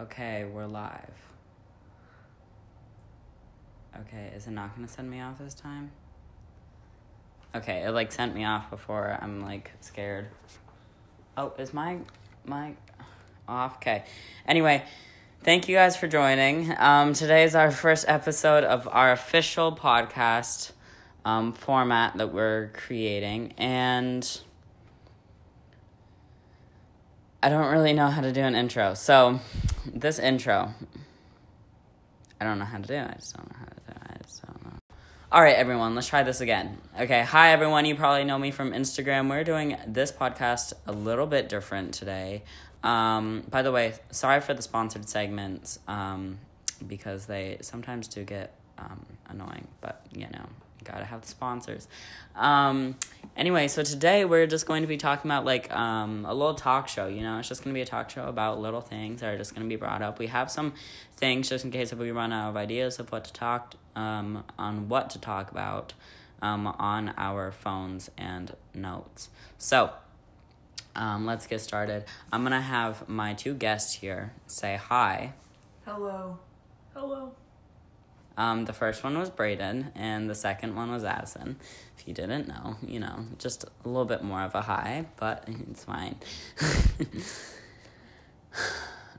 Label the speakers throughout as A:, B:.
A: Okay, we're live. Okay, is it not gonna send me off this time? Okay, it like sent me off before. I'm like scared. Oh, is my my off? Okay. Anyway, thank you guys for joining. Um, today is our first episode of our official podcast um, format that we're creating, and I don't really know how to do an intro. So, this intro, I don't know how to do it. I just don't know how to do it. I just don't know. All right, everyone, let's try this again. Okay, hi, everyone. You probably know me from Instagram. We're doing this podcast a little bit different today. Um, by the way, sorry for the sponsored segments um, because they sometimes do get um, annoying, but you know, gotta have the sponsors. Um, anyway, so today we're just going to be talking about like um, a little talk show. You know, it's just gonna be a talk show about little things that are just gonna be brought up. We have some things just in case if we run out of ideas of what to talk um, on what to talk about um, on our phones and notes. So. Um, let's get started. I'm gonna have my two guests here say hi.
B: Hello. Hello.
A: Um, the first one was Brayden, and the second one was Addison. If you didn't know, you know, just a little bit more of a high, but it's fine.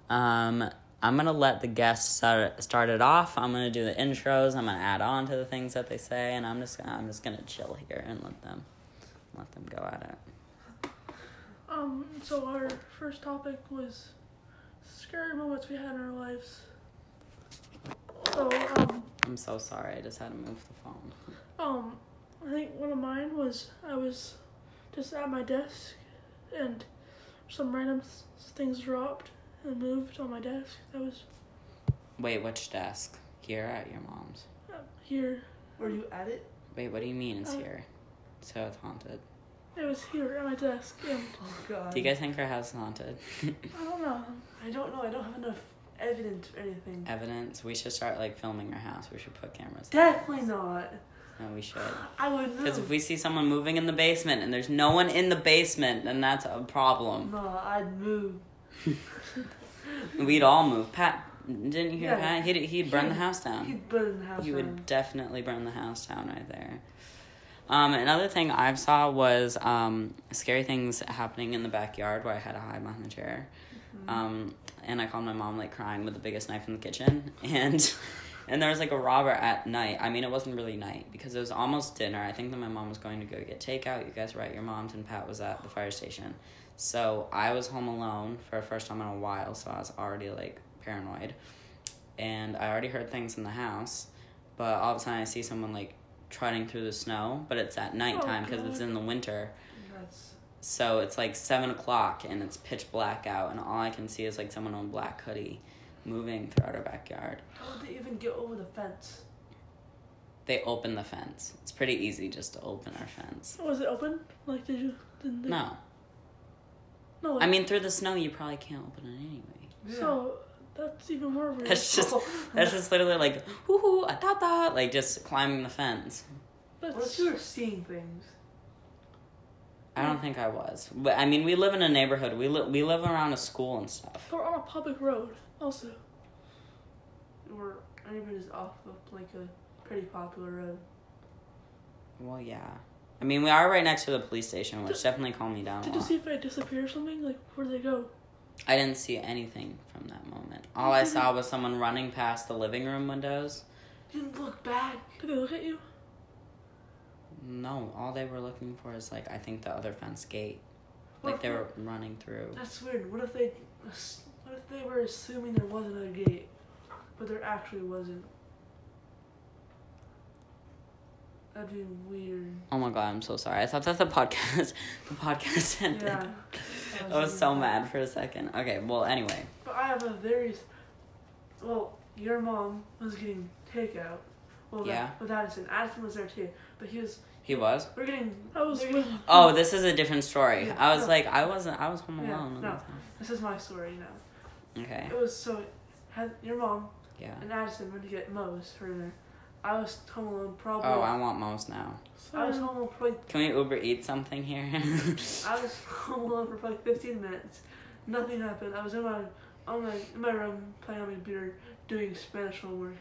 A: um, I'm gonna let the guests start, start it off. I'm gonna do the intros. I'm gonna add on to the things that they say, and I'm just gonna, I'm just gonna chill here and let them let them go at it.
B: Um, so our first topic was scary moments we had in our lives. So, um,
A: I'm so sorry. I just had to move the phone.
B: um, I think one of mine was I was just at my desk and some random s- things dropped and moved on my desk. That was
A: Wait, which desk? Here at your mom's.
B: uh, here.
C: Were you at it?
A: Wait, what do you mean it's
B: Oh.
A: here? So it's haunted.
B: It was here at my desk, and
C: Oh god.
A: Do you guys think her house is haunted?
B: I don't know.
C: I don't know. I don't have enough evidence or anything.
A: Uh, Evidence. We should start like filming her house. We should put cameras.
C: Definitely not.
A: No, we should.
C: I would
A: Because
C: move.
A: if we see someone moving in the basement and there's no one in the basement, then that's a problem.
C: No, I'd move.
A: We'd all move. Pat, didn't you hear
C: Yeah.
A: Pat? He'd, he'd burn the
C: He'd-
A: house down.
C: He'd burn the house
A: Um, you
C: down.
A: would definitely burn the house down right there. Um, another thing I saw was um, scary things happening in the backyard where I had to hide behind the chair.
C: Mm-hmm.
A: Um, and I called my mom like crying with the biggest knife in the kitchen, and and there was like a robber at night. I mean, it wasn't really night because it was almost dinner. I think that my mom was going to go get takeout. You guys were at your mom's, and Pat was at the fire station. So I was home alone for the first time in a while. So I was already like paranoid, and I already heard things in the house but all of a sudden I see someone like trotting through the snow, but it's at nighttime because it's
B: God.
A: in the winter.
C: That's
A: So it's like seven o'clock and it's pitch black out, and all I can see is like someone in a black hoodie moving throughout our backyard.
C: how would they even get over the fence?
A: They open the fence. It's pretty easy just to open our fence.
B: Was it open? Like, did you? Didn't they-
A: No,
B: No. Like,
A: I mean through the snow you probably can't open it anyway.
B: So that's even more weird.
A: That's just that's just literally like hoo hoo a da da like just climbing the fence.
C: Yeah. What
B: That's
C: if you were seeing things?
A: I don't think I was, but I mean we live in a neighborhood. We li- we live around a school and stuff.
B: We're on a public road, also.
C: Or anyone is off of like a pretty popular uh, road.
A: Well, yeah. I mean, we are right next to the police station, which definitely calmed me down a
B: Did you
A: lot.
B: see if they disappear or something? Like, where'd they go?
A: I didn't see anything from that moment. All I saw was someone running past the living room windows.
C: Didn't look back.
B: Did they look at you?
A: No, all they were looking for is like I think the other fence gate.
C: What
A: Like
C: if
A: they were running through.
C: That's weird. What if they? What if they were assuming there was another gate, but there actually wasn't? That'd be weird.
A: Oh my god, I'm so sorry. I thought that the podcast, the podcast ended.
C: Yeah.
A: I was so mad for a second. Okay, well anyway,
C: But I have a very. s- Well, your mom was getting takeout. Well,
A: Yeah.
C: With Addison, Addison was there too, but he was.
A: he was.
C: We're getting.
B: I was
C: they're
B: with.
C: getting-
A: Oh, this is a different story.
C: Yeah,
A: I was
C: no.
A: like, I wasn't. I was home
C: Yeah,
A: alone.
C: no. This is my story now.
A: Okay.
C: It was so. Had your mom
A: Yeah.
C: and Addison went to get Moe's for dinner. I was home alone probably.
A: Oh, I want most now.
C: I was
B: Sorry.
C: home alone probably
A: Can we Uber eat something here?
C: I was home alone for like 15 minutes. Nothing happened. I was in my on my in my room playing on my computer doing Spanish homework.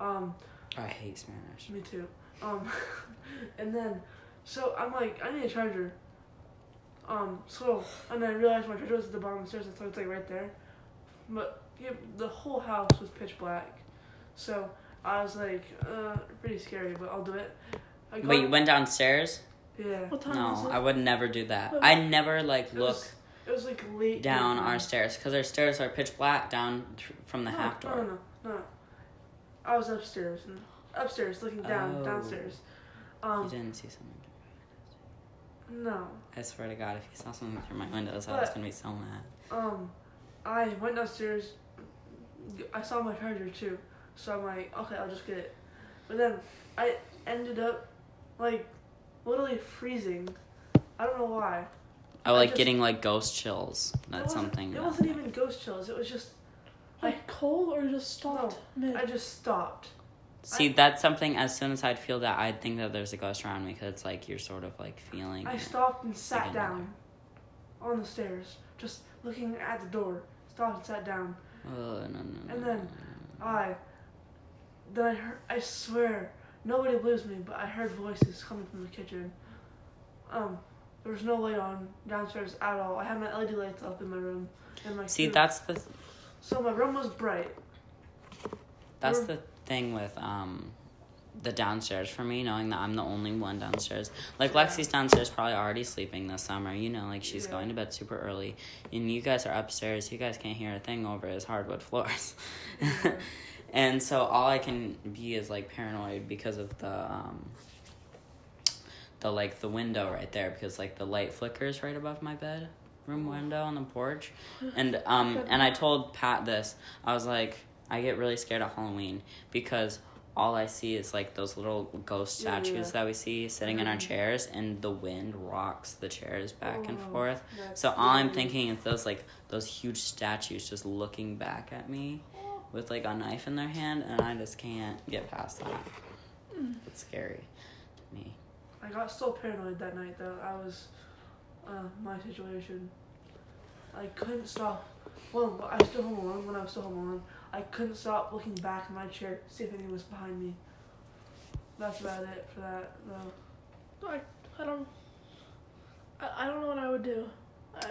C: Um,
A: Oh, I hate Spanish.
C: me too. Um, and then, so I'm like, I need a charger. Um, so and then I realized my charger was at the bottom of the stairs, so it's like right there. But yeah, the whole house was pitch black, so I was like, uh, pretty scary, but I'll do it. I
A: Wait, you went downstairs?
C: Yeah.
B: What time is
A: No,
B: it?
A: I would never do that.
B: But-
A: I never like
C: It
A: look
C: was- It was like late.
A: down
C: evening.
A: our stairs because our stairs are pitch black down tr- from the
C: no,
A: half
C: No,
A: door.
C: no, no, no. I was upstairs and upstairs looking down
A: Oh.
C: downstairs.
A: You
C: Um,
A: didn't see something.
C: no.
A: I swear to God, if you saw something through my windows, I was
C: But-
A: gonna be so mad.
C: Um, I went downstairs. I saw my charger too, so I'm like, okay, I'll just get it. But then I ended up like literally freezing. I don't know why.
A: Oh, like
C: just-
A: getting like ghost chills.
C: It
A: That's
C: wasn't-
A: something.
C: It
A: that-
C: wasn't even ghost chills. It was just
B: Like cold or just stopped mid?
C: I just stopped.
A: See, that's something. As soon as I'd feel that, I'd think that there's a ghost around me because it's like you're sort of like feeling.
C: I
A: it.
C: stopped and
A: Like
C: sat
A: another.
C: down on the stairs, just looking at the door. Stopped and sat down.
A: Oh, no, no, no, no,
C: And then-
A: no.
C: I then I heard I swear nobody believes me, but I heard voices coming from the kitchen. Um, there was no light on downstairs at all. I had my LED lights up in my room. And my
A: see,
C: room-
A: that's the
C: so my room was bright.
A: That's
C: Or-
A: the thing with um the downstairs for me, knowing that I'm the only one downstairs. Like
C: Yeah.
A: Lexi's downstairs probably already sleeping this summer, you know, like she's
C: Yeah.
A: going to bed super early and you guys are upstairs, you guys can't hear a thing over his hardwood floors.
C: Yeah.
A: and so all I can be is like paranoid because of the um the like the window right there because like the light flickers right above my bed
C: Oh.
A: room window on the porch and um and i told pat this i was like i get really scared of halloween because all i see is like those little ghost
C: Yeah, yeah,
A: statues
C: yeah.
A: that we see sitting in our
C: Mhm.
A: chairs and the wind rocks the chairs back and
C: Oh,
A: forth
C: that's
A: so all i'm
C: scary.
A: thinking is those like those huge statues just looking back at me with like a knife in their hand and i just can't get past that
C: Mm.
A: it's scary to me
C: I got so paranoid that night though. I was, uh, my situation. I couldn't stop. Well, I was still home alone. When I was still home alone, I couldn't stop looking back in my chair, see if anything was behind me. That's about it for that though.
B: I, I don't. I, I don't know what I would do. I,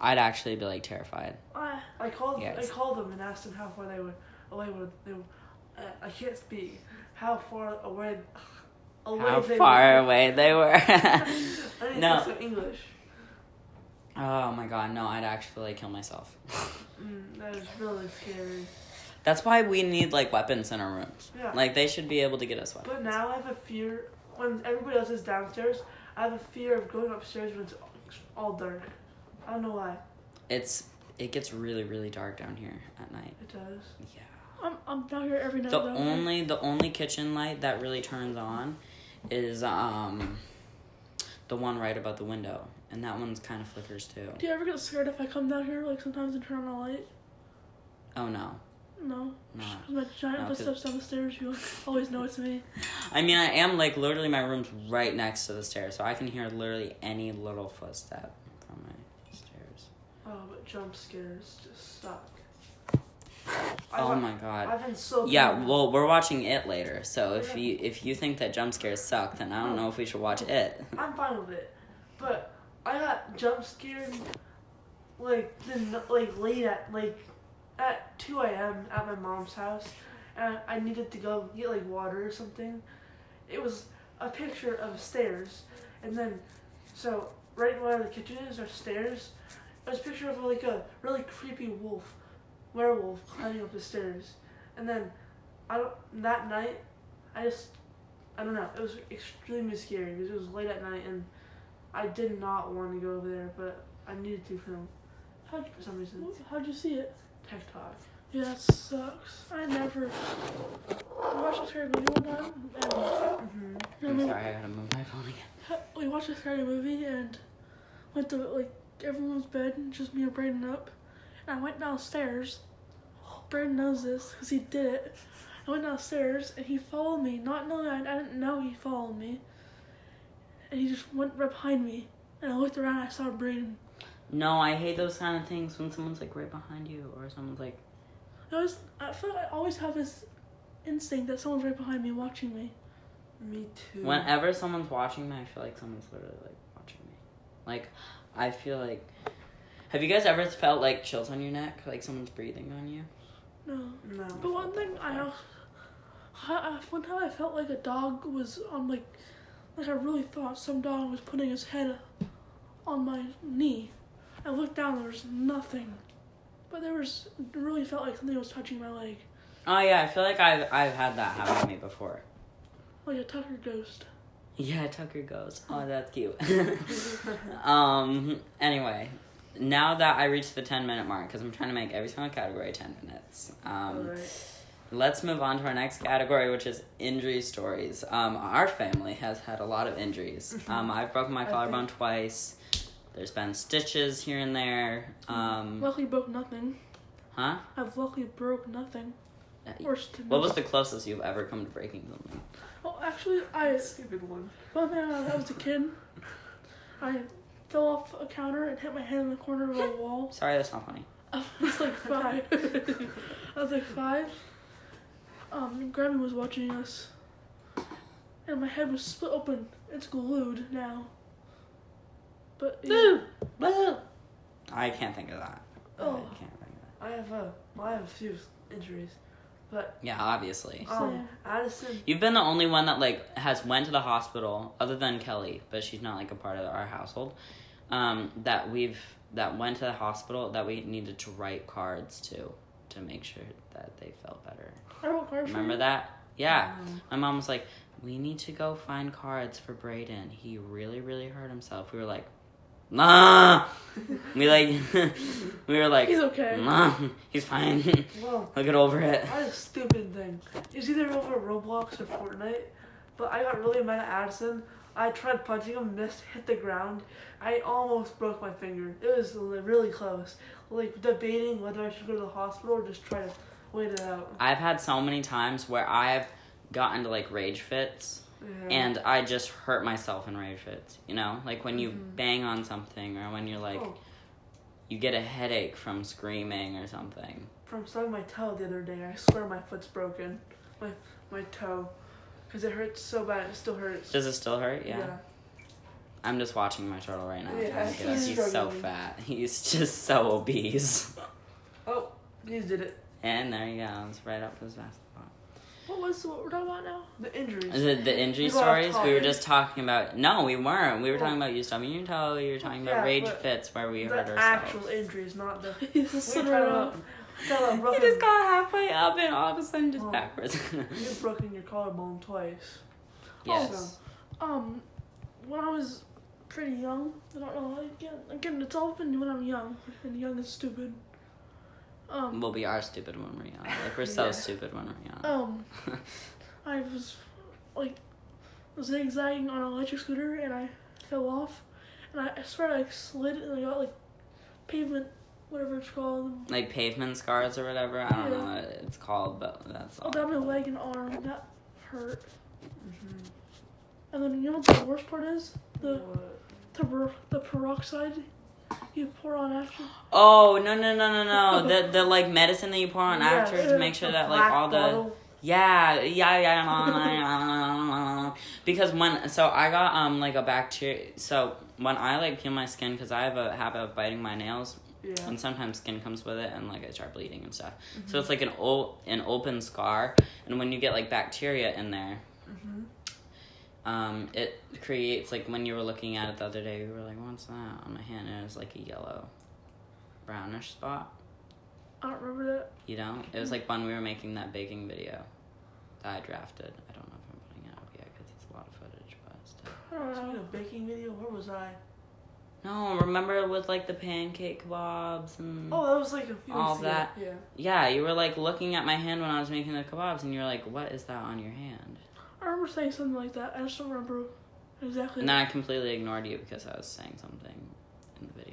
A: i'd actually be like terrified
B: I
C: I called.
A: Yes.
C: I called them and asked them how far they were away. Were they? Were, uh, I can't speak. How far away? away
A: how
C: they
A: far
C: Were.
A: away they were
C: I need
A: No.
C: to speak some English.
A: oh my god no i'd actually like kill myself
C: Mm, that is really scary.
A: That's why we need like weapons in our rooms.
C: Yeah.
A: Like they should be able to get us weapons.
C: But now I have a fear. When everybody else is downstairs, I have a fear of going upstairs when it's all dark. I don't know why.
A: It's it gets really really dark down here at night.
C: It does.
A: Yeah.
B: I'm I'm down here every night.
A: The
B: though.
A: only the only kitchen light that really turns on is um the one right above the window, and that one's kind of flickers too.
B: Do you ever get scared if I come down here like sometimes and turn on a light?
A: Oh no.
B: No.
A: No.
B: Just 'cause my giant
A: No, 'cause-
B: footsteps down the stairs, you always know it's me.
A: I mean, I am like literally my room's right next to the stairs, so I can hear literally any little footstep from my stairs.
C: Oh, but jump scares just suck.
A: oh
C: I've,
A: my god.
C: I've been so.
A: Yeah,
C: paranoid.
A: well, we're watching it later. So if
C: Okay.
A: you if you think that jump scares suck, then I don't know if we should watch it.
C: I'm fine with it, but I got jump scared like the n- like late at like at two a.m. at my mom's house, and I needed to go get like water or something. It was a picture of stairs, and then so right where the kitchen is are stairs. It was a picture of like a really creepy wolf, werewolf climbing up the stairs, and then I don't that night I just I don't know. It was extremely scary because it was late at night and I did not want to go over there, but I needed to film
B: How'd,
C: for some reason.
B: wh- how'd you see it?
C: TikTok.
B: Yeah, that sucks. I never. We watched a scary movie one time, and
C: Mm-hmm.
A: I'm sorry, I gotta move my phone again.
B: we watched a scary movie and went to like everyone's bed, and just me and Brayden up. And I went downstairs. Brayden knows this because he did it. I went downstairs and he followed me, not knowing I, I didn't know he followed me. And he just went right behind me. And I looked around, I saw Brayden.
A: No, I hate those kind of things when someone's like right behind you or someone's like
B: I always, I feel like I always have this instinct that someone's right behind me watching me.
C: Me too.
A: Whenever someone's watching me, I feel like someone's literally like watching me. Like, I feel like. Have you guys ever felt like chills on your neck? Like someone's breathing on you?
B: No.
C: no.
B: But one thing I, al- I, I one time I felt like a dog was on like, like I really thought some dog was putting his head on my knee. I looked down, there was nothing, but there was it really felt like something was touching my leg,
A: Oh, yeah, I feel like I've, I've had that happen to me before.
B: like a Tucker ghost.
A: Yeah, Tucker goes. Oh, that's cute. um, anyway, now that I reached the 10 minute mark, because I'm trying to make every single category 10 minutes. Um,
C: Alright.
A: Let's move on to our next category, which is injury stories. Um, our family has had a lot of injuries. Um, I've broken my
C: I
A: collarbone twice. There's been stitches here and there. Um,
B: Luckily broke nothing.
A: huh?
B: I've luckily broke nothing. Or st-
A: What was the closest you've ever come to breaking something?
B: Oh, actually, I
C: Stupid one.
B: one thing uh, I I was a kid. I fell off a counter and hit my head in the corner of a wall.
A: Sorry, that's not funny.
B: I was like five. I was like five. Um, Grammy was watching us, and my head was split open. It's glued now. But yeah.
A: I can't think of that. I
B: oh,
A: can't think of that.
C: I have a, well, I have a few injuries, but
A: Yeah, obviously.
C: um, Addison,
A: You've been the only one that like has went to the hospital, other than Kelly, but she's not like a part of our household. Um, that we've that went to the hospital that we needed to write cards to to make sure that they felt better.
B: I wrote cards. for
A: Remember
B: you.
A: that? Yeah. My mom was like, "We need to go find cards for Brayden. He really, really hurt himself." We were like, "Nah." We like we were like,
B: He's okay.
A: "Nah, he's fine. He'll
C: well,
A: get over it."
C: I had a stupid thing. It was either over Roblox or Fortnite, but I got really mad at Addison. I tried punching him, missed, hit the ground. I almost broke my finger. It was li- really close. Like debating whether I should go to the hospital or just try to wait it out.
A: I've had so many times where I've gotten to like rage fits
C: Yeah.
A: and I just hurt myself in rage fits, you know? Like when you
C: Mm-hmm.
A: bang on something or when you're like
C: Oh.
A: you get a headache from screaming or something.
C: from stubbing my toe the other day, I swear my foot's broken. My my toe, because it hurts so bad. It still hurts.
A: Does it still hurt? Yeah. I'm just watching my turtle right now.
C: Yeah,
A: trying to get up.
C: he's
A: He's so
C: struggling.
A: fat. He's just so obese.
C: Oh, you did it.
A: And there you go. It's right up his basketball.
B: What was what we're talking about now?
C: The injuries.
A: The, the injury
C: We got off
A: stories we were
C: topic.
A: just talking about. No, we weren't. We were talking about you stubbing your toe. You were talking about
C: Yeah,
A: rage
C: but
A: fits where we
C: the
A: hurt ourselves.
C: actual injuries, not the.
B: He's just
C: We're
B: slid right off.
C: trying to
A: He just got halfway up and all of a sudden just
C: Oh.
A: backwards.
C: You've broken your collarbone twice.
A: yes.
B: Um, when I was pretty young, I don't know. Again, again, it's all been when I'm young, and young is stupid. Um,
A: Well, we are stupid when we're young. Like, we're so
C: Yeah.
A: stupid when we're young.
B: Um, I was like zigzagging on an electric scooter and I fell off, and I, I swear I like, slid and I got like pavement, whatever it's called,
A: Like, pavement scars or whatever. I don't
B: Yeah.
A: know what it's called, but that's
C: Oh,
B: all
A: all.
B: down my leg and arm. and That hurt. Mm-hmm.
C: Mhm.
B: And then you know what the worst part is? The
C: What?
B: the per- the peroxide you pour on after.
A: Oh, no, no, no, no, no. the, the, like, medicine that you pour on
C: Yeah,
A: after to
B: the-
A: make sure
C: A
A: that, like,
C: black
A: all the.
C: bottle.
A: Yeah, yeah, yeah. la, la, la, la, la. because when so I got um like a bacteria. So when I like peel my skin, because I have a habit of biting my nails,
C: Yeah. Mm-hmm.
A: and sometimes skin comes with it, and like I start bleeding and stuff. So it's like an o- an open scar, and when you get like bacteria in there,
C: Mhm.
A: um, it creates like when you were looking at it the other day, you were like, "What's that on my hand?" And it was like a yellow, brownish spot.
B: I don't remember that.
A: You know, it
C: Mm-hmm.
A: was like when we were making that baking video that I drafted. I don't know if I'm putting it up yet because it's a lot of footage, but still.
B: I don't
C: Was I in
B: know.
C: a baking video? Where was I?
A: No, remember with like the pancake kebabs and
C: Oh, that was like a few
A: Mm. All
C: weeks ago.
A: that.
C: Yeah.
A: yeah, you were like looking at my hand when I was making the kebabs, and you're like, "What is that on your hand?"
B: I remember saying something like that. I just don't remember exactly.
A: And then I completely ignored you because I was saying something in the video.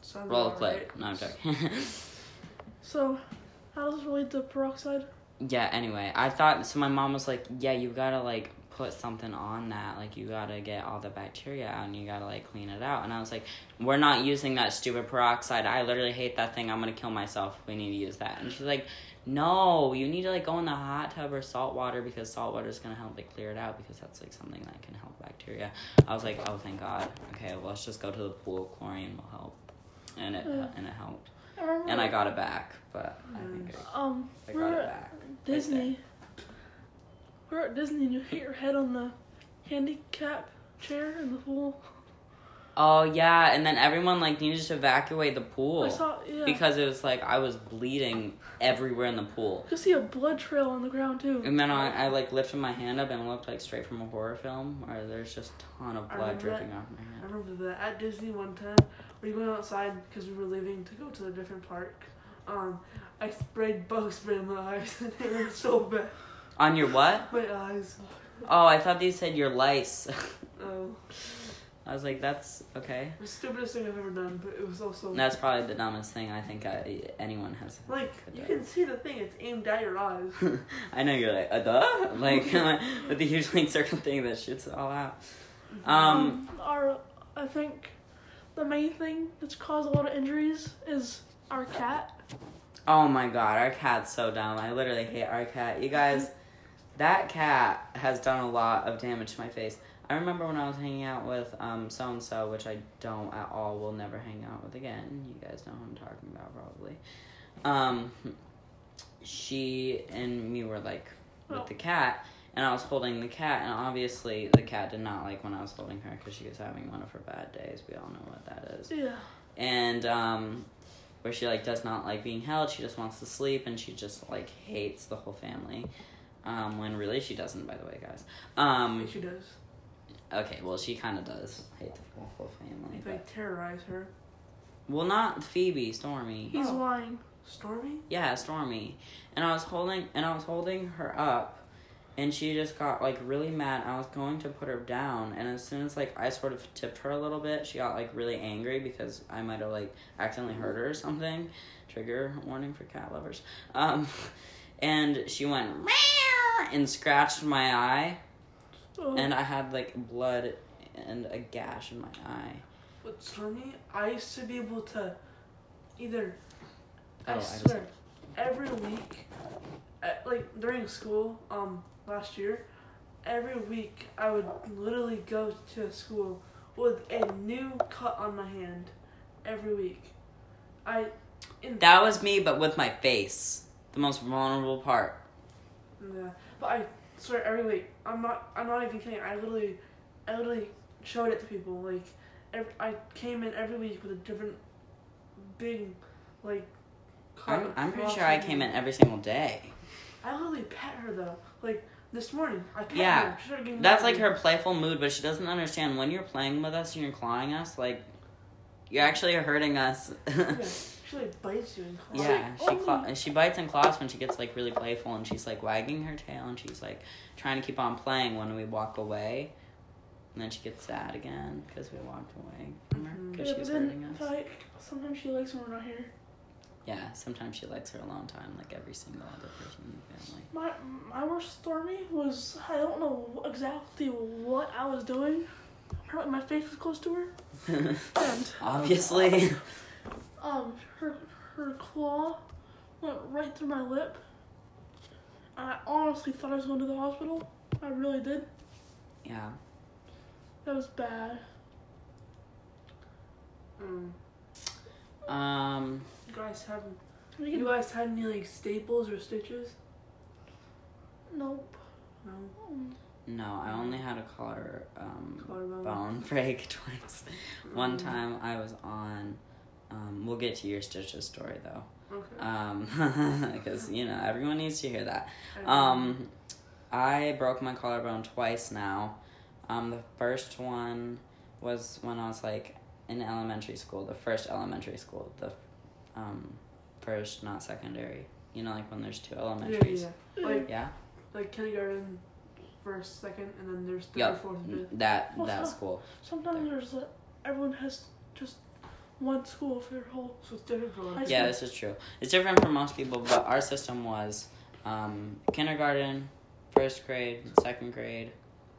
C: Sounds
A: Roll a
C: about
A: clip.
C: right.
A: No, I'm joking.
B: So, how does this relate to peroxide?
A: yeah. Anyway, I thought so. My mom was like, "Yeah, you gotta like put something on that. Like you gotta get all the bacteria out and you gotta like clean it out. And I was like, we're not using that stupid peroxide. I literally hate that thing. I'm gonna kill myself. We need to use that. And she's like, no, you need to like go in the hot tub or salt water because salt water is gonna help like clear it out because that's like something that can help bacteria. I was like, oh thank God. Okay, well, let's just go to the pool. Chlorine will help. And it
B: Yeah.
A: and it helped.
B: I remember,
A: And I got it back, but I think
C: Nice.
B: um,
A: I, I
B: we were
A: got it
B: at
A: back.
B: Disney. We were at Disney and you hit your head on the handicap chair in the pool.
A: Oh yeah, and then everyone like needed to evacuate the pool
B: I saw, yeah.
A: because it was like I was bleeding everywhere in the pool.
B: you could see a blood trail on the ground too.
A: And then I, I like lifted my hand up and looked like straight from a horror film where there's just a ton of
C: I
A: blood
C: remember
A: dripping off my hand.
C: I remember that at Disney one time, we went outside because we were leaving to go to a different park. Um, I sprayed bug spray in my eyes, and they were so bad.
A: On your what?
C: My eyes.
A: Oh, I thought these said your lice.
C: Oh,
A: I was like, that's okay.
C: the stupidest thing I've ever done, but it was also
A: That's probably the dumbest thing I think I, anyone has.
C: like you
A: done.
C: can see the thing. It's aimed at your eyes.
A: I know you're like, uh duh? Like, with the huge link circle thing that shoots it all out. Um,
B: our I think the main thing that's caused a lot of injuries is our cat.
A: Oh my god, our cat's so dumb. I literally hate our cat. You guys, that cat has done a lot of damage to my face. I remember when I was hanging out with um so and so, which I don't at all will never hang out with again. You guys know who I'm talking about probably. Um she and me were like with the cat and I was holding the cat and obviously the cat did not like when I was holding her cuz she was having one of her bad days. We all know what that is
B: Yeah.
A: and um where she like does not like being held she just wants to sleep and she just like hates the whole family um when really she doesn't by the way guys um
C: she does.
A: okay well she kind of does hate the whole, whole family
C: They
A: but
C: terrorize her.
A: well not phoebe stormy
B: He's
C: Oh.
B: lying.
C: Stormy.
A: yeah stormy and i was holding and i was holding her up and she just got like really mad i was going to put her down and as soon as like i sort of tipped her a little bit she got like really angry because i might have like accidentally hurt her or something trigger warning for cat lovers um and she went "Meow," and scratched my eye
B: Oh,
A: and i had like blood and a gash in my eye
C: With Stormy, I used to be able to either.
A: Oh, I
C: I
A: just-
C: swear, every week, at, like during school, um, last year, every week I would literally go to school with a new cut on my hand, every week. I, in
A: that was me but with my face the most vulnerable part
C: Yeah, but I swear every week I'm not I'm not even kidding. I literally, I literally showed it to people. Like, every, I came in every week with a different big, like.
A: I'm,
C: cut
A: I'm pretty
C: across
A: sure I
C: my
A: came in
C: hand.
A: every single day.
C: I literally pet her though. Like this morning, I pet
A: Yeah,
C: her. She started getting
A: That's like
C: angry.
A: her playful mood, but she doesn't understand when you're playing with us and you're clawing us, like, you're actually hurting us.
C: Yeah, she like bites you and claws.
A: yeah,
B: Like,
A: she,
B: oh.
A: claw- she bites and claws when she gets, like, really playful and she's, like, wagging her tail and she's, like, trying to keep on playing when we walk away. And then she gets sad again because we walked away from her
C: Mhm.
A: because
B: yeah, Mm. but
A: she's hurting
B: then
A: us.
B: like sometimes she likes when we're not here.
A: Yeah, sometimes she likes her alone time, like every single other person in the family.
B: My my worst stormy was I don't know exactly what I was doing. Her, my face was close to her, and
A: Obviously.
B: um her her claw went right through my lip. I honestly thought I was going to the hospital. I really did.
A: yeah.
B: That was bad.
C: Mm.
A: Um.
C: You guys have
B: We
C: you
B: can,
C: guys had any like staples or stitches?
B: nope.
C: No,
B: Um,
A: No, I only had a collar um,
C: Collarbone.
A: bone break twice. One
C: Mm.
A: time I was on. Um, we'll get to your stitches story though,
C: Okay.
A: because you know everyone needs to hear that.
C: I-
A: Um, I broke my collarbone twice now. Um, the first one was when I was like in elementary school, the first elementary school, the um, first not secondary. You know, like when there's two
C: Yeah,
A: elementaries.
C: yeah, yeah. Like
A: yeah?
C: like kindergarten, first, second, and then there's third,
A: Yep.
C: fourth, and fifth.
A: That
B: Well,
A: that
B: huh.
A: school.
B: sometimes there's like everyone has just one school for their whole.
C: So it's different for like
B: High
A: Yeah, this is true. It's different for most people, but our system was um, kindergarten, first grade, second grade,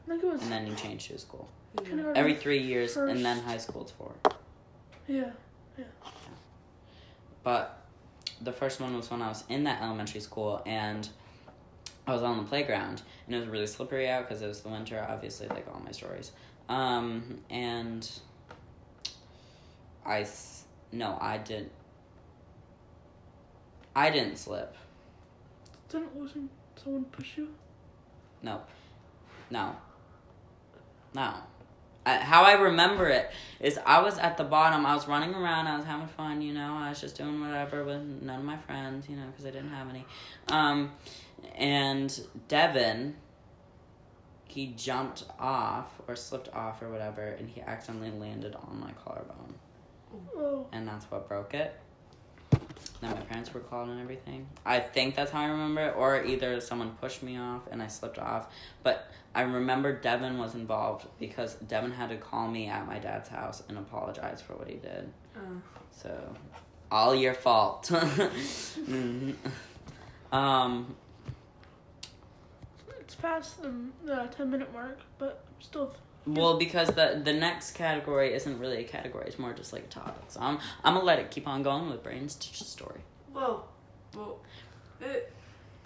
B: think it was
A: and then you change to school.
B: kindergarten.
A: Every three years, and then
B: First.
A: high school it's four.
B: Yeah.
A: But the first one was when I was in that elementary school and I was on the playground and it was really slippery out because it was the winter, obviously, like all my stories. Um, and I, s- no, I didn't. I didn't slip.
B: Didn't losing someone push you?
A: No. No. No. I, how I remember it is I was at the bottom. I was running around. I was having fun, you know. I was just doing whatever with none of my friends, you know, because I didn't have any. Um, and Devin, he jumped off or slipped off or whatever, and he accidentally landed on my collarbone.
B: Oh,
A: And that's what broke it. Then my parents were called and everything. I think that's how I remember it, or either someone pushed me off and I slipped off. But I remember Devin was involved because Devin had to call me at my dad's house and apologize for what he did.
C: Uh,
A: So, all your fault. Mhm. um,
B: it's past the uh, ten minute mark, but I'm still
A: well, because the the next category isn't really a category; it's more just like a topic. So I'm I'm gonna let it keep on going with Brain's t- story.
C: well, well, it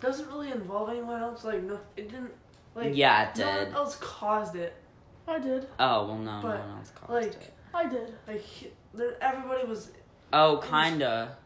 C: doesn't really involve anyone else. Like no, it didn't. Like
A: yeah, it
C: no one
A: did.
C: else caused it.
B: I did.
A: Oh well, no,
C: But,
A: no one else caused
C: like-
A: it.
B: I did.
C: Like he, there- everybody was.
A: Oh, kinda.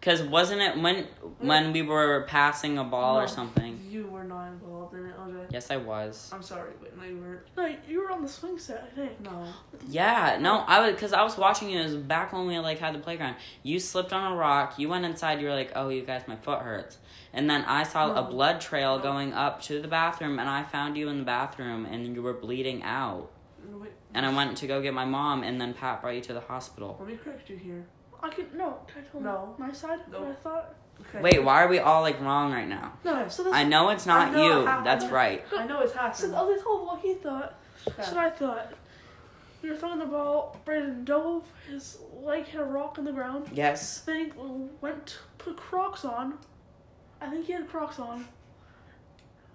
A: Cause wasn't it when when we were passing a ball
C: No.
A: or something?
C: You were not involved in it, LJ.
A: Yes, I was.
C: I'm sorry, but no, you weren't.
B: No, you were on the swing set, I think.
C: No.
A: Yeah, no, I was because I was watching you. It was back when we like had the playground. You slipped on a rock. You went inside. You were like, "Oh, you guys, my foot hurts." And then I saw a
C: No.
A: blood trail
C: No.
A: going up to the bathroom, and I found you in the bathroom, and you were bleeding out.
C: Wait,
A: And I went to go get my mom, and then Pat brought you to the hospital.
C: Let me correct you here.
B: I can no. Can I tell
C: No.
B: my side?
C: No.
B: What I thought.
C: Okay.
A: Wait, why are we all like wrong right now?
C: No.
B: So this.
A: I know it's not
C: know
A: you.
C: it happened.
A: That's right.
C: I know it's
B: So
C: happened.
B: all they told what he thought. That's
C: Okay.
B: what I thought. We were throwing the ball. Brandon dove. His leg hit a rock on the ground.
A: Yes.
B: Then he went to put Crocs on. I think he had Crocs on.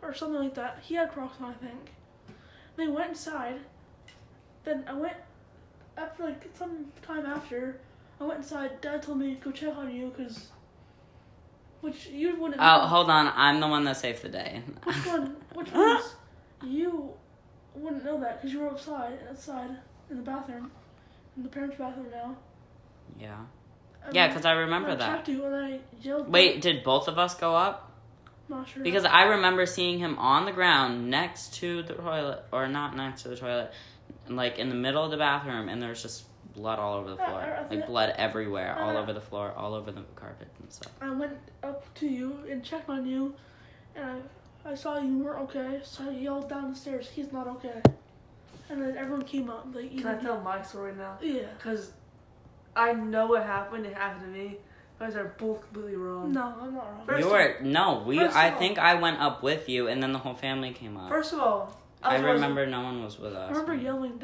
B: Or something like that. He had Crocs on, I think. Then he went inside. Then I went, after like some time after, I went inside. Dad told me, go check on you, because. Which you wouldn't.
A: Oh, hold on. I'm the one that saved the day.
B: Which one? Which ones? You wouldn't know that because you were outside, outside in the bathroom, in the parents' bathroom now.
A: yeah.
C: Um,
B: And
A: Yeah,
B: then-
A: because I remember
B: and I
A: that.
B: checked you and I yelled.
A: Wait, did both of us go up?
B: I'm not sure.
A: Because I remember seeing him on the ground next to the toilet, or not next to the toilet, like in the middle of the bathroom, and there was just blood all over the
B: Uh,
A: floor.
B: uh,
A: Like
B: uh,
A: blood everywhere, all
B: uh,
A: over the floor, all over the carpet and stuff.
B: I went up to you and checked on you, and I, I saw you weren't okay, so I yelled down the stairs, "He's not okay," and then everyone came up. Like,
C: Can I tell my story now?
B: yeah,
C: Because I know what happened. It happened to me. You guys are both completely wrong.
B: no, I'm not wrong.
C: First
A: you
C: of-
A: were no, we.
C: first
A: I
C: of all-
A: think I went up with you, and then the whole family came up.
C: First of all,
A: I
C: Elder
A: remember no one was with
B: I
A: us.
B: remember yelling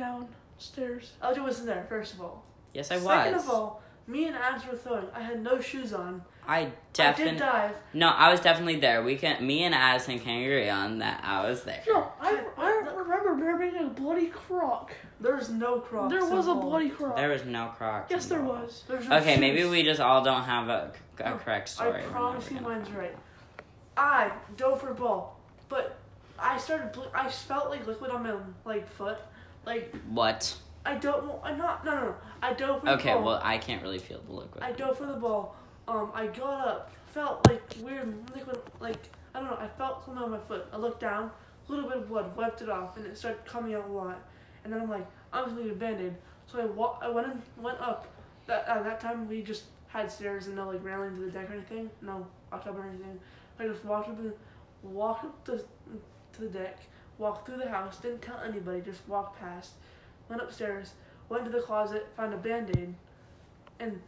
B: downstairs.
C: Wasn't, Elder wasn't there. First of all.
A: Yes, I was.
C: Second of all, me and Abs were throwing. I had no shoes on.
A: I
C: I did
A: definitely
C: dive.
A: no. I was definitely there. We can. Me and Addison can agree on that. I was there.
B: No, I, I remember there being a bloody croc.
C: There was no crocs.
B: There was a
C: at all.
B: bloody croc.
A: There was no Crocs.
B: yes, there
A: involved.
B: was.
C: There's no
A: Okay, maybe
C: shoes.
A: we just all don't have a, a
C: No,
A: correct
C: I
A: story. We're
C: promise
A: never
C: you,
A: gonna
C: mine's
A: find
C: right.
A: out.
C: I dove for a ball, but I started. Ble- I felt like liquid on my like foot. Like
A: What?
C: I don't. want- I'm not. No, no. no. I dove for
A: Okay,
C: the ball.
A: well, I can't really feel the liquid.
C: I dove for the ball. Um, I got up, felt like weird liquid, like I don't know. I felt something on my foot. I looked down, a little bit of blood, wiped it off, and it started coming out a lot. And then I'm like, I'm just gonna need a band-aid. So I wa- I went and went up. That uh, that time we just had stairs and no like railing to the deck or anything. No bathtub or anything. I just walked up, the, walked up the, to the deck, walked through the house, didn't tell anybody, just walked past, went upstairs, went to the closet, found a band-aid, and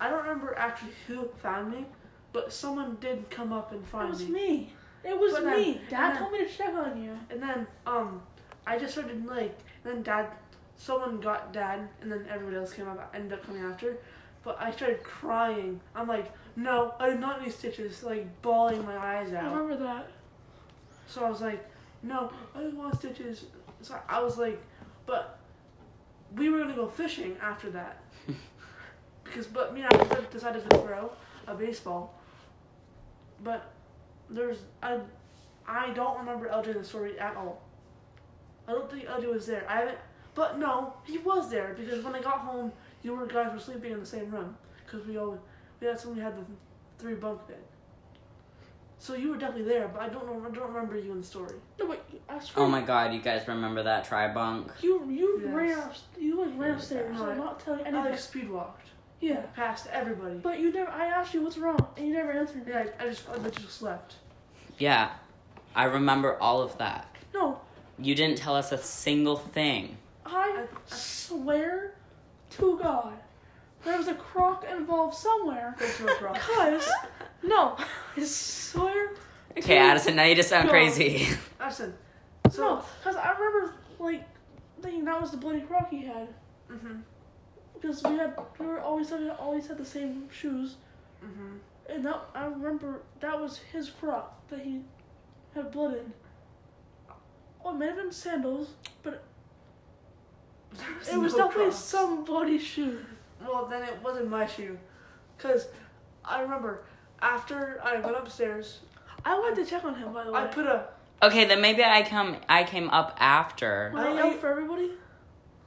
C: I don't remember actually who found me, but someone did come up and
B: It
C: find
B: was
C: me.
B: me. It was
C: But then-
B: me. Dad
C: and
B: told me to check on you.
C: And then um, I just started like, and then dad, someone got dad, and then everybody else came up, ended up coming after. But I started crying. I'm like, no, I did not need stitches, like bawling my eyes
B: I
C: out.
B: remember that.
C: So I was like, no, I don't want stitches. so I was like, but we were gonna go fishing after that. because but me and I dec- decided to throw a baseball. But there's I I don't remember LJ in the story at all. I don't think LJ was there. I haven't. But no, he was there because when I got home, you were guys were sleeping in the same room because we all we that's when we had the three bunk bed. So you were definitely there, but I don't know. I don't remember you in the story.
B: No, wait. I swear.
A: Oh my god, you guys remember that tri bunk?
B: You you
C: Yes.
B: ran up, you like ran upstairs.
C: No,
B: I'm
C: I-
B: not telling
C: And I
B: anything.
C: like speed walked
B: yeah,
C: past everybody.
B: but you never. I asked you what's wrong, and you never answered. me.
C: Yeah, I, I just I literally just left.
A: Yeah, I remember all of that.
B: No,
A: You didn't tell us a single thing.
B: I
C: I- I-
B: swear to God, there was a croc involved somewhere.
C: There's no problem.
B: Cause no, I swear.
A: Okay, Addison, now you just sound
B: No.
A: crazy.
C: Addison. So,
B: No, cause I remember like thinking that was the bloody croc he had.
C: mhm,
B: Because we had we were always having always had the same shoes,
C: mhm.
B: and that I remember that was his croc that he had blood in. Oh, it may have been sandals.
C: There
B: It was
C: no
B: definitely
C: cross.
B: some bloody shoe.
C: Well, then it wasn't my shoe, cause I remember after I went upstairs,
B: I went to check on him by the way.
C: I put a
A: Okay, then maybe I come. I came up after.
B: Were they
C: I-
B: out for everybody?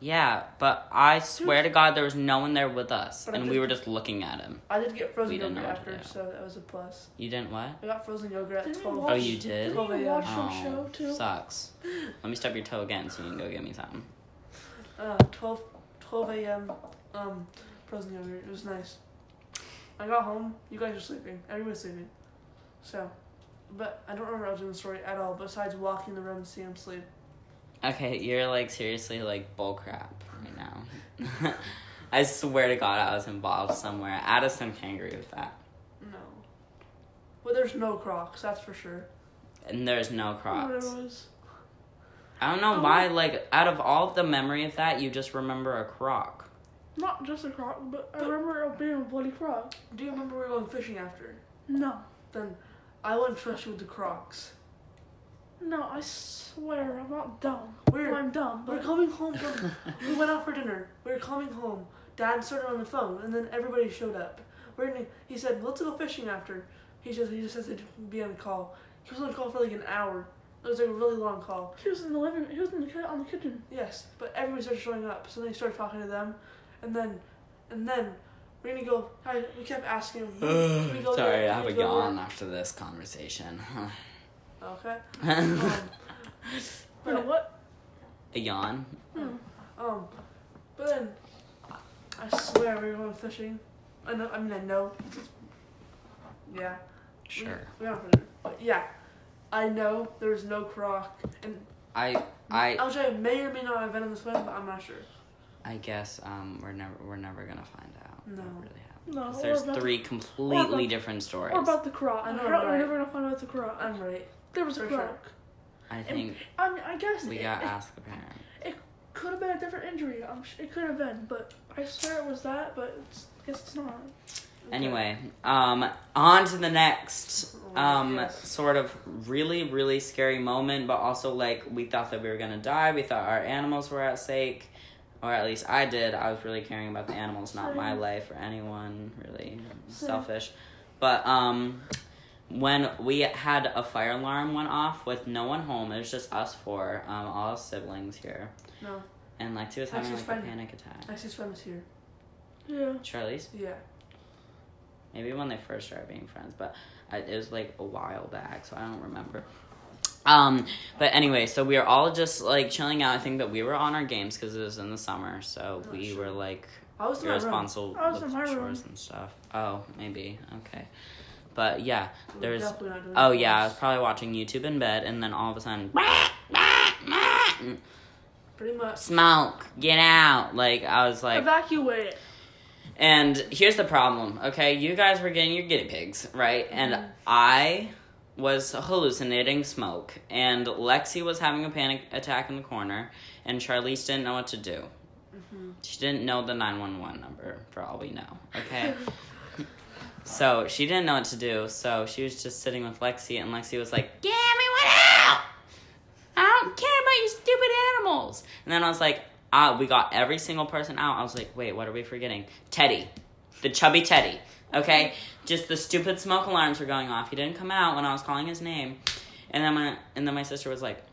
A: Yeah, but I swear to God, there was no one there with us,
C: But I
A: and
C: did-
A: we were just looking at him.
C: I did get frozen
A: We didn't
C: yogurt
A: know what to
C: after,
A: do.
C: so that was a plus.
A: You didn't what?
C: I got frozen yogurt at
B: Didn't we
C: twelve.
B: watch-
A: Oh, you did.
B: Didn't you
C: Oh,
B: watch some show
A: Oh,
B: too?
A: sucks. Let me stub your toe again so you can go get me something.
C: Uh, 12, 12 a.m. Um, frozen yogurt. It was nice. I got home. You guys were sleeping. Everyone's sleeping. So, but I don't remember I was in the story at all. Besides walking the room and seeing him sleep.
A: Okay, you're like seriously like bull crap right now. I swear to God, I was involved somewhere. Addison can agree with that.
C: No. Well, there's no Crocs. That's for sure.
A: And there's no
B: Whatever
A: crocs.
B: it was.
A: I don't know
B: Oh.
A: why, like, out of all of the memory of that, you just remember a croc.
B: Not just a croc, but, I
C: But-
B: remember it being a bloody croc.
C: Do you remember we were going fishing after?
B: No.
C: Then, I went fishing with the Crocs.
B: No, I swear I'm not dumb. Well,
C: We're
B: I'm dumb,
C: we're
B: but
C: coming home from. we went out for dinner. We were coming home. Dad started on the phone, and then everybody showed up. We're in, he said, "Let's go fishing after." He just he just said to be on the call. He was on the call for like an hour. It was like a really long call.
B: he was in the living. He was in the ki- on the kitchen.
C: Yes, but everybody started showing up. So then he started talking to them, and then, and then we're gonna go. I, we kept asking. him, "Can we go there?
A: Sorry, I
C: Can
A: have
C: we
A: a
C: go there?"
A: yawn after this conversation.
C: Okay. Um,
A: a
B: You know
C: Right.
B: what?
A: yawn?
C: Um, but then, I swear we were going fishing. I know. I mean, I know. Yeah. We-
A: Sure.
C: We don't have to- but yeah, I know there's no croc, and
A: I, I,
C: LJ may or may not have been in the swim, but I'm not sure.
A: I guess um, we're never, we're never gonna find out.
C: No.
A: What really happened.
B: No.
A: 'Cause
B: or
A: There's
B: about,
A: three completely
B: about-
A: different stories.
B: Or about the croc.
C: I know,
B: Apparently we're
C: right?
B: never gonna find out the croc.
C: I'm right.
B: There was a
C: For
B: croc.
A: I think
B: I mean, I guess
A: we
B: it,
A: gotta ask the parent.
B: could have been a different injury. I'm sh- it could have been, but I swear it was that. But it's, I guess it's not.
C: Okay.
A: Anyway, um, on to the next um
C: Yes.
A: sort of really really scary moment, but also like we thought that we were gonna die. We thought our animals were at stake, or at least I did. I was really caring about the animals, not my
B: Same.
A: life or anyone. Really
B: Same.
A: selfish, but um. When we had a fire alarm went off with no one home, it was just us four, um, all siblings here,
C: No,
A: and Lexi was having
C: Lexi's
A: like a
C: friend-
A: panic attack.
C: Lexi's friend is here.
B: Yeah.
A: Charlie's
C: Yeah.
A: maybe when they first started being friends, but I, it was like a while back, so I don't remember. Um, but anyway, so we were all just like chilling out. I think that we were on our games because it was in the summer, so
C: Not
A: we
C: sure.
A: were like
C: I was in my room.
A: irresponsible
B: I was
A: with
B: in my room.
A: chores and stuff. Oh, maybe okay, but yeah,
C: We were
A: there's.
C: definitely not doing
A: Oh yeah, I was
C: this.
A: probably watching YouTube in bed, and then all of a sudden,
C: Pretty much.
A: smoke, get out! Like I was like,
B: Evacuate.
A: And here's the problem, okay? You guys were getting your guinea pigs, right? And I was hallucinating smoke, and Lexi was having a panic attack in the corner, and Charlize didn't know what to do. She didn't know the 911 number, for all we know, okay? so she didn't know what to do, so she was just sitting with Lexi, and Lexi was like, Get everyone out! I don't care about your stupid goals. And then I was like, ah, we got every single person out. I was like, wait, what are we forgetting? Teddy, the chubby Teddy. Okay, just the stupid smoke alarms were going off. He didn't come out when I was calling his name, and then my and then my sister was like,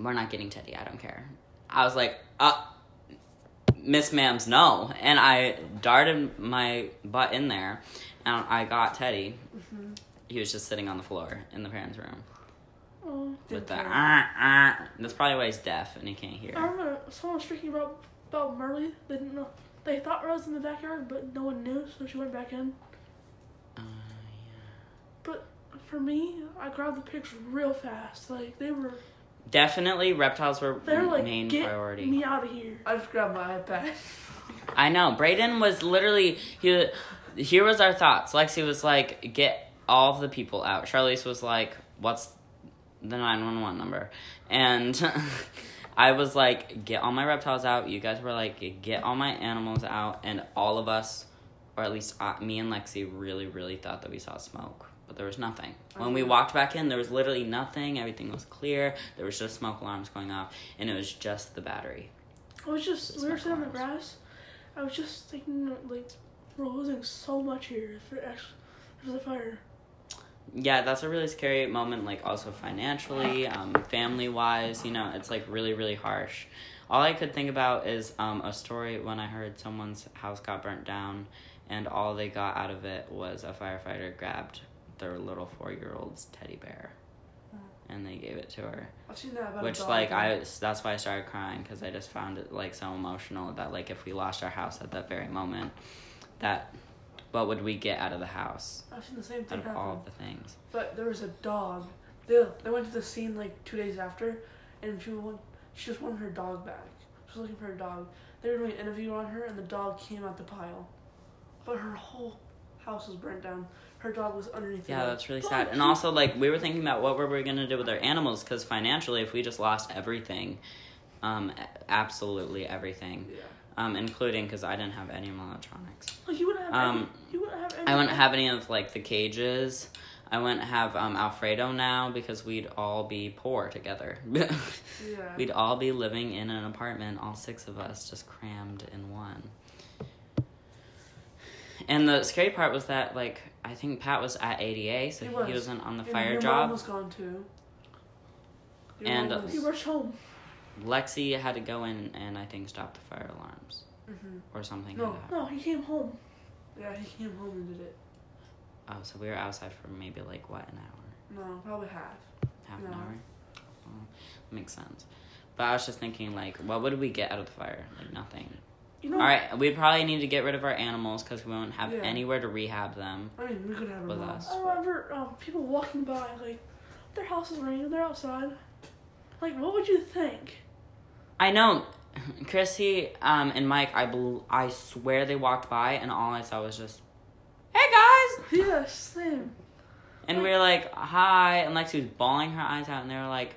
A: "We're not getting Teddy. I don't care." I was like, "Uh, Miss Ma'am's no," and I darted my butt in there, and I got Teddy.
C: Mm-hmm.
A: He was just sitting on the floor in the parents' room
B: Oh,
A: with
C: Didn't
A: the.
C: care.
A: "Ah, ah." That's probably why he's deaf and he can't hear.
B: I remember someone was freaking about about Marley. They didn't know. They thought Rose in the backyard, but no one knew, so she went back in.
A: Uh,
B: But for me, I grabbed the pics real fast. Like they were,
A: Definitely, reptiles were
B: they're like,
A: main
B: get
A: priority.
B: me out of here.
C: I just grabbed my iPad.
A: I know. Brayden was literally he. Here was our thoughts. Lexi was like, "Get all the people out." Charlize was like, "What's the nine one one number?" And I was like, "Get all my reptiles out." You guys were like, "Get all my animals out," and all of us, or at least uh, me and Lexi, really, really thought that we saw smoke. But there was nothing. When we walked back in, there was literally nothing. Everything was clear. There was just smoke alarms going off, and it was just the battery.
B: I was just,
A: It's
B: we were
A: not
B: sitting on the
A: ours.
B: grass. I was just thinking, like, we're losing so much here if it actually, if there's a fire.
A: yeah, that's a really scary moment, like also financially, um, family wise, you know, it's like really, really harsh. All I could think about is um, a story when I heard someone's house got burnt down, and all they got out of it was a firefighter grabbed their little four year old's teddy bear and they gave it to her.
C: I've seen that about a
A: Which,
C: dog.
A: like, I that's why I started crying because I just found it like so emotional that, like, if we lost our house at that very moment, that what would we get out of the house?
C: I've seen the same
A: Out
C: thing
A: of
C: happen.
A: all of the things.
C: But there was a dog. They they went to the scene like two days after, and she won, she just wanted her dog back. She was looking for her dog. They were doing an interview on her, and the dog came out the pile. But her whole house was burnt down. Her dog was underneath. the
A: Yeah,
C: rug.
A: that's really sad. And also, like, we were thinking about what were we gonna do with our animals because financially, if we just lost everything, um, a- absolutely everything,
C: Yeah.
A: um, including because I didn't have any of my electronics.
B: Like, you wouldn't have
A: Um,
B: any, you wouldn't have any.
A: I wouldn't have any of like the cages. I wouldn't have um Alfredo now because we'd all be poor together.
C: Yeah.
A: we'd all be living in an apartment, all six of us, just crammed in one. And the scary part was that like I think Pat was at ADA, so
C: He
A: he,
C: was.
A: was. not on the
C: And
A: fire
C: your
A: job.
C: Mom was gone too. Your
A: And- uh,
C: mom was,
B: You rushed home.
A: Lexi had to go in and I think stop the fire alarms
C: Mhm.
A: or something.
C: No.
A: had happened.
B: No, he came home.
C: yeah, he came home and did it.
A: Oh, so we were outside for maybe like what an hour,
C: No, probably half.
A: half an
C: No.
A: hour. Oh, makes sense. But I was just thinking, like, what would we get out of the fire? Like nothing.
B: You know,
A: All right, we probably need to get rid of our animals because we won't have
C: Yeah.
A: anywhere to rehab them.
C: I mean, we could have her
A: With
C: mom.
A: us.
B: I remember um, people walking by, like, their house is raining, they're outside. Like, what would you think?
A: I know, Chrissy um, and Mike. I bel I swear they walked by and all I saw was just, "Hey guys,"
B: Yes, same.
A: and we were like, "Hi," and Lexi was bawling her eyes out, and they were like,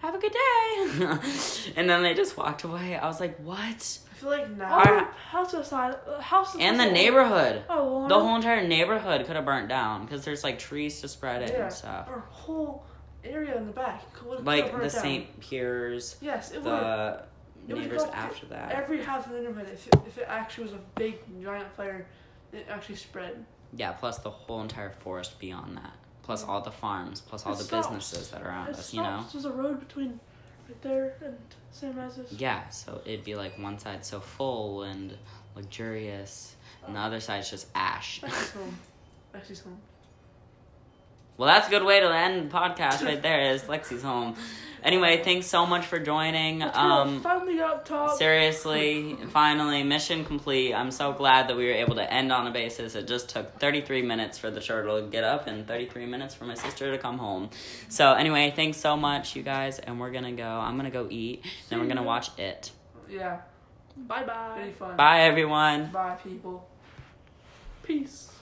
A: "Have a good day," and then they just walked away. I was like, "What?"
C: I feel like now.
B: All
A: Our-
B: the house outside, uh, house
A: And the neighborhood,
B: Oh, well,
A: the whole entire neighborhood could have burnt down because there's like trees to spread it
C: Yeah.
A: and stuff.
C: Our whole area in the back. could- would've
A: Like
C: burned
A: the
C: down.
A: St. Pierre's,
C: Yes, it would.
A: the
C: It would
A: neighbors
C: go-
A: after that.
C: Every house in the neighborhood, if it, if it actually was a big giant fire, it actually spread.
A: Yeah, plus the whole entire forest beyond that, plus all the farms, plus all
B: It
A: the
B: stops.
A: businesses that are around
B: It
A: us. You know.
B: stops. There's a road between right there and Sam Rises.
A: Yeah, so it'd be like one side so full and luxurious, and the other side's just ash.
C: Lexi's home. Lexi's home.
A: Well, that's a good way to end the podcast right there. Is Lexi's home? Anyway, thanks so much for joining. Um,
B: finally got up top.
A: seriously, finally, mission complete. I'm so glad that we were able to end on a basis. It just took 33 minutes for the show to get up and 33 minutes for my sister to come home. So anyway, thanks so much, you guys, and we're gonna go. I'm gonna go eat, then we're gonna watch it.
C: Yeah,
B: Bye bye.
C: really fun.
A: Bye, everyone.
C: Bye, people.
B: Peace.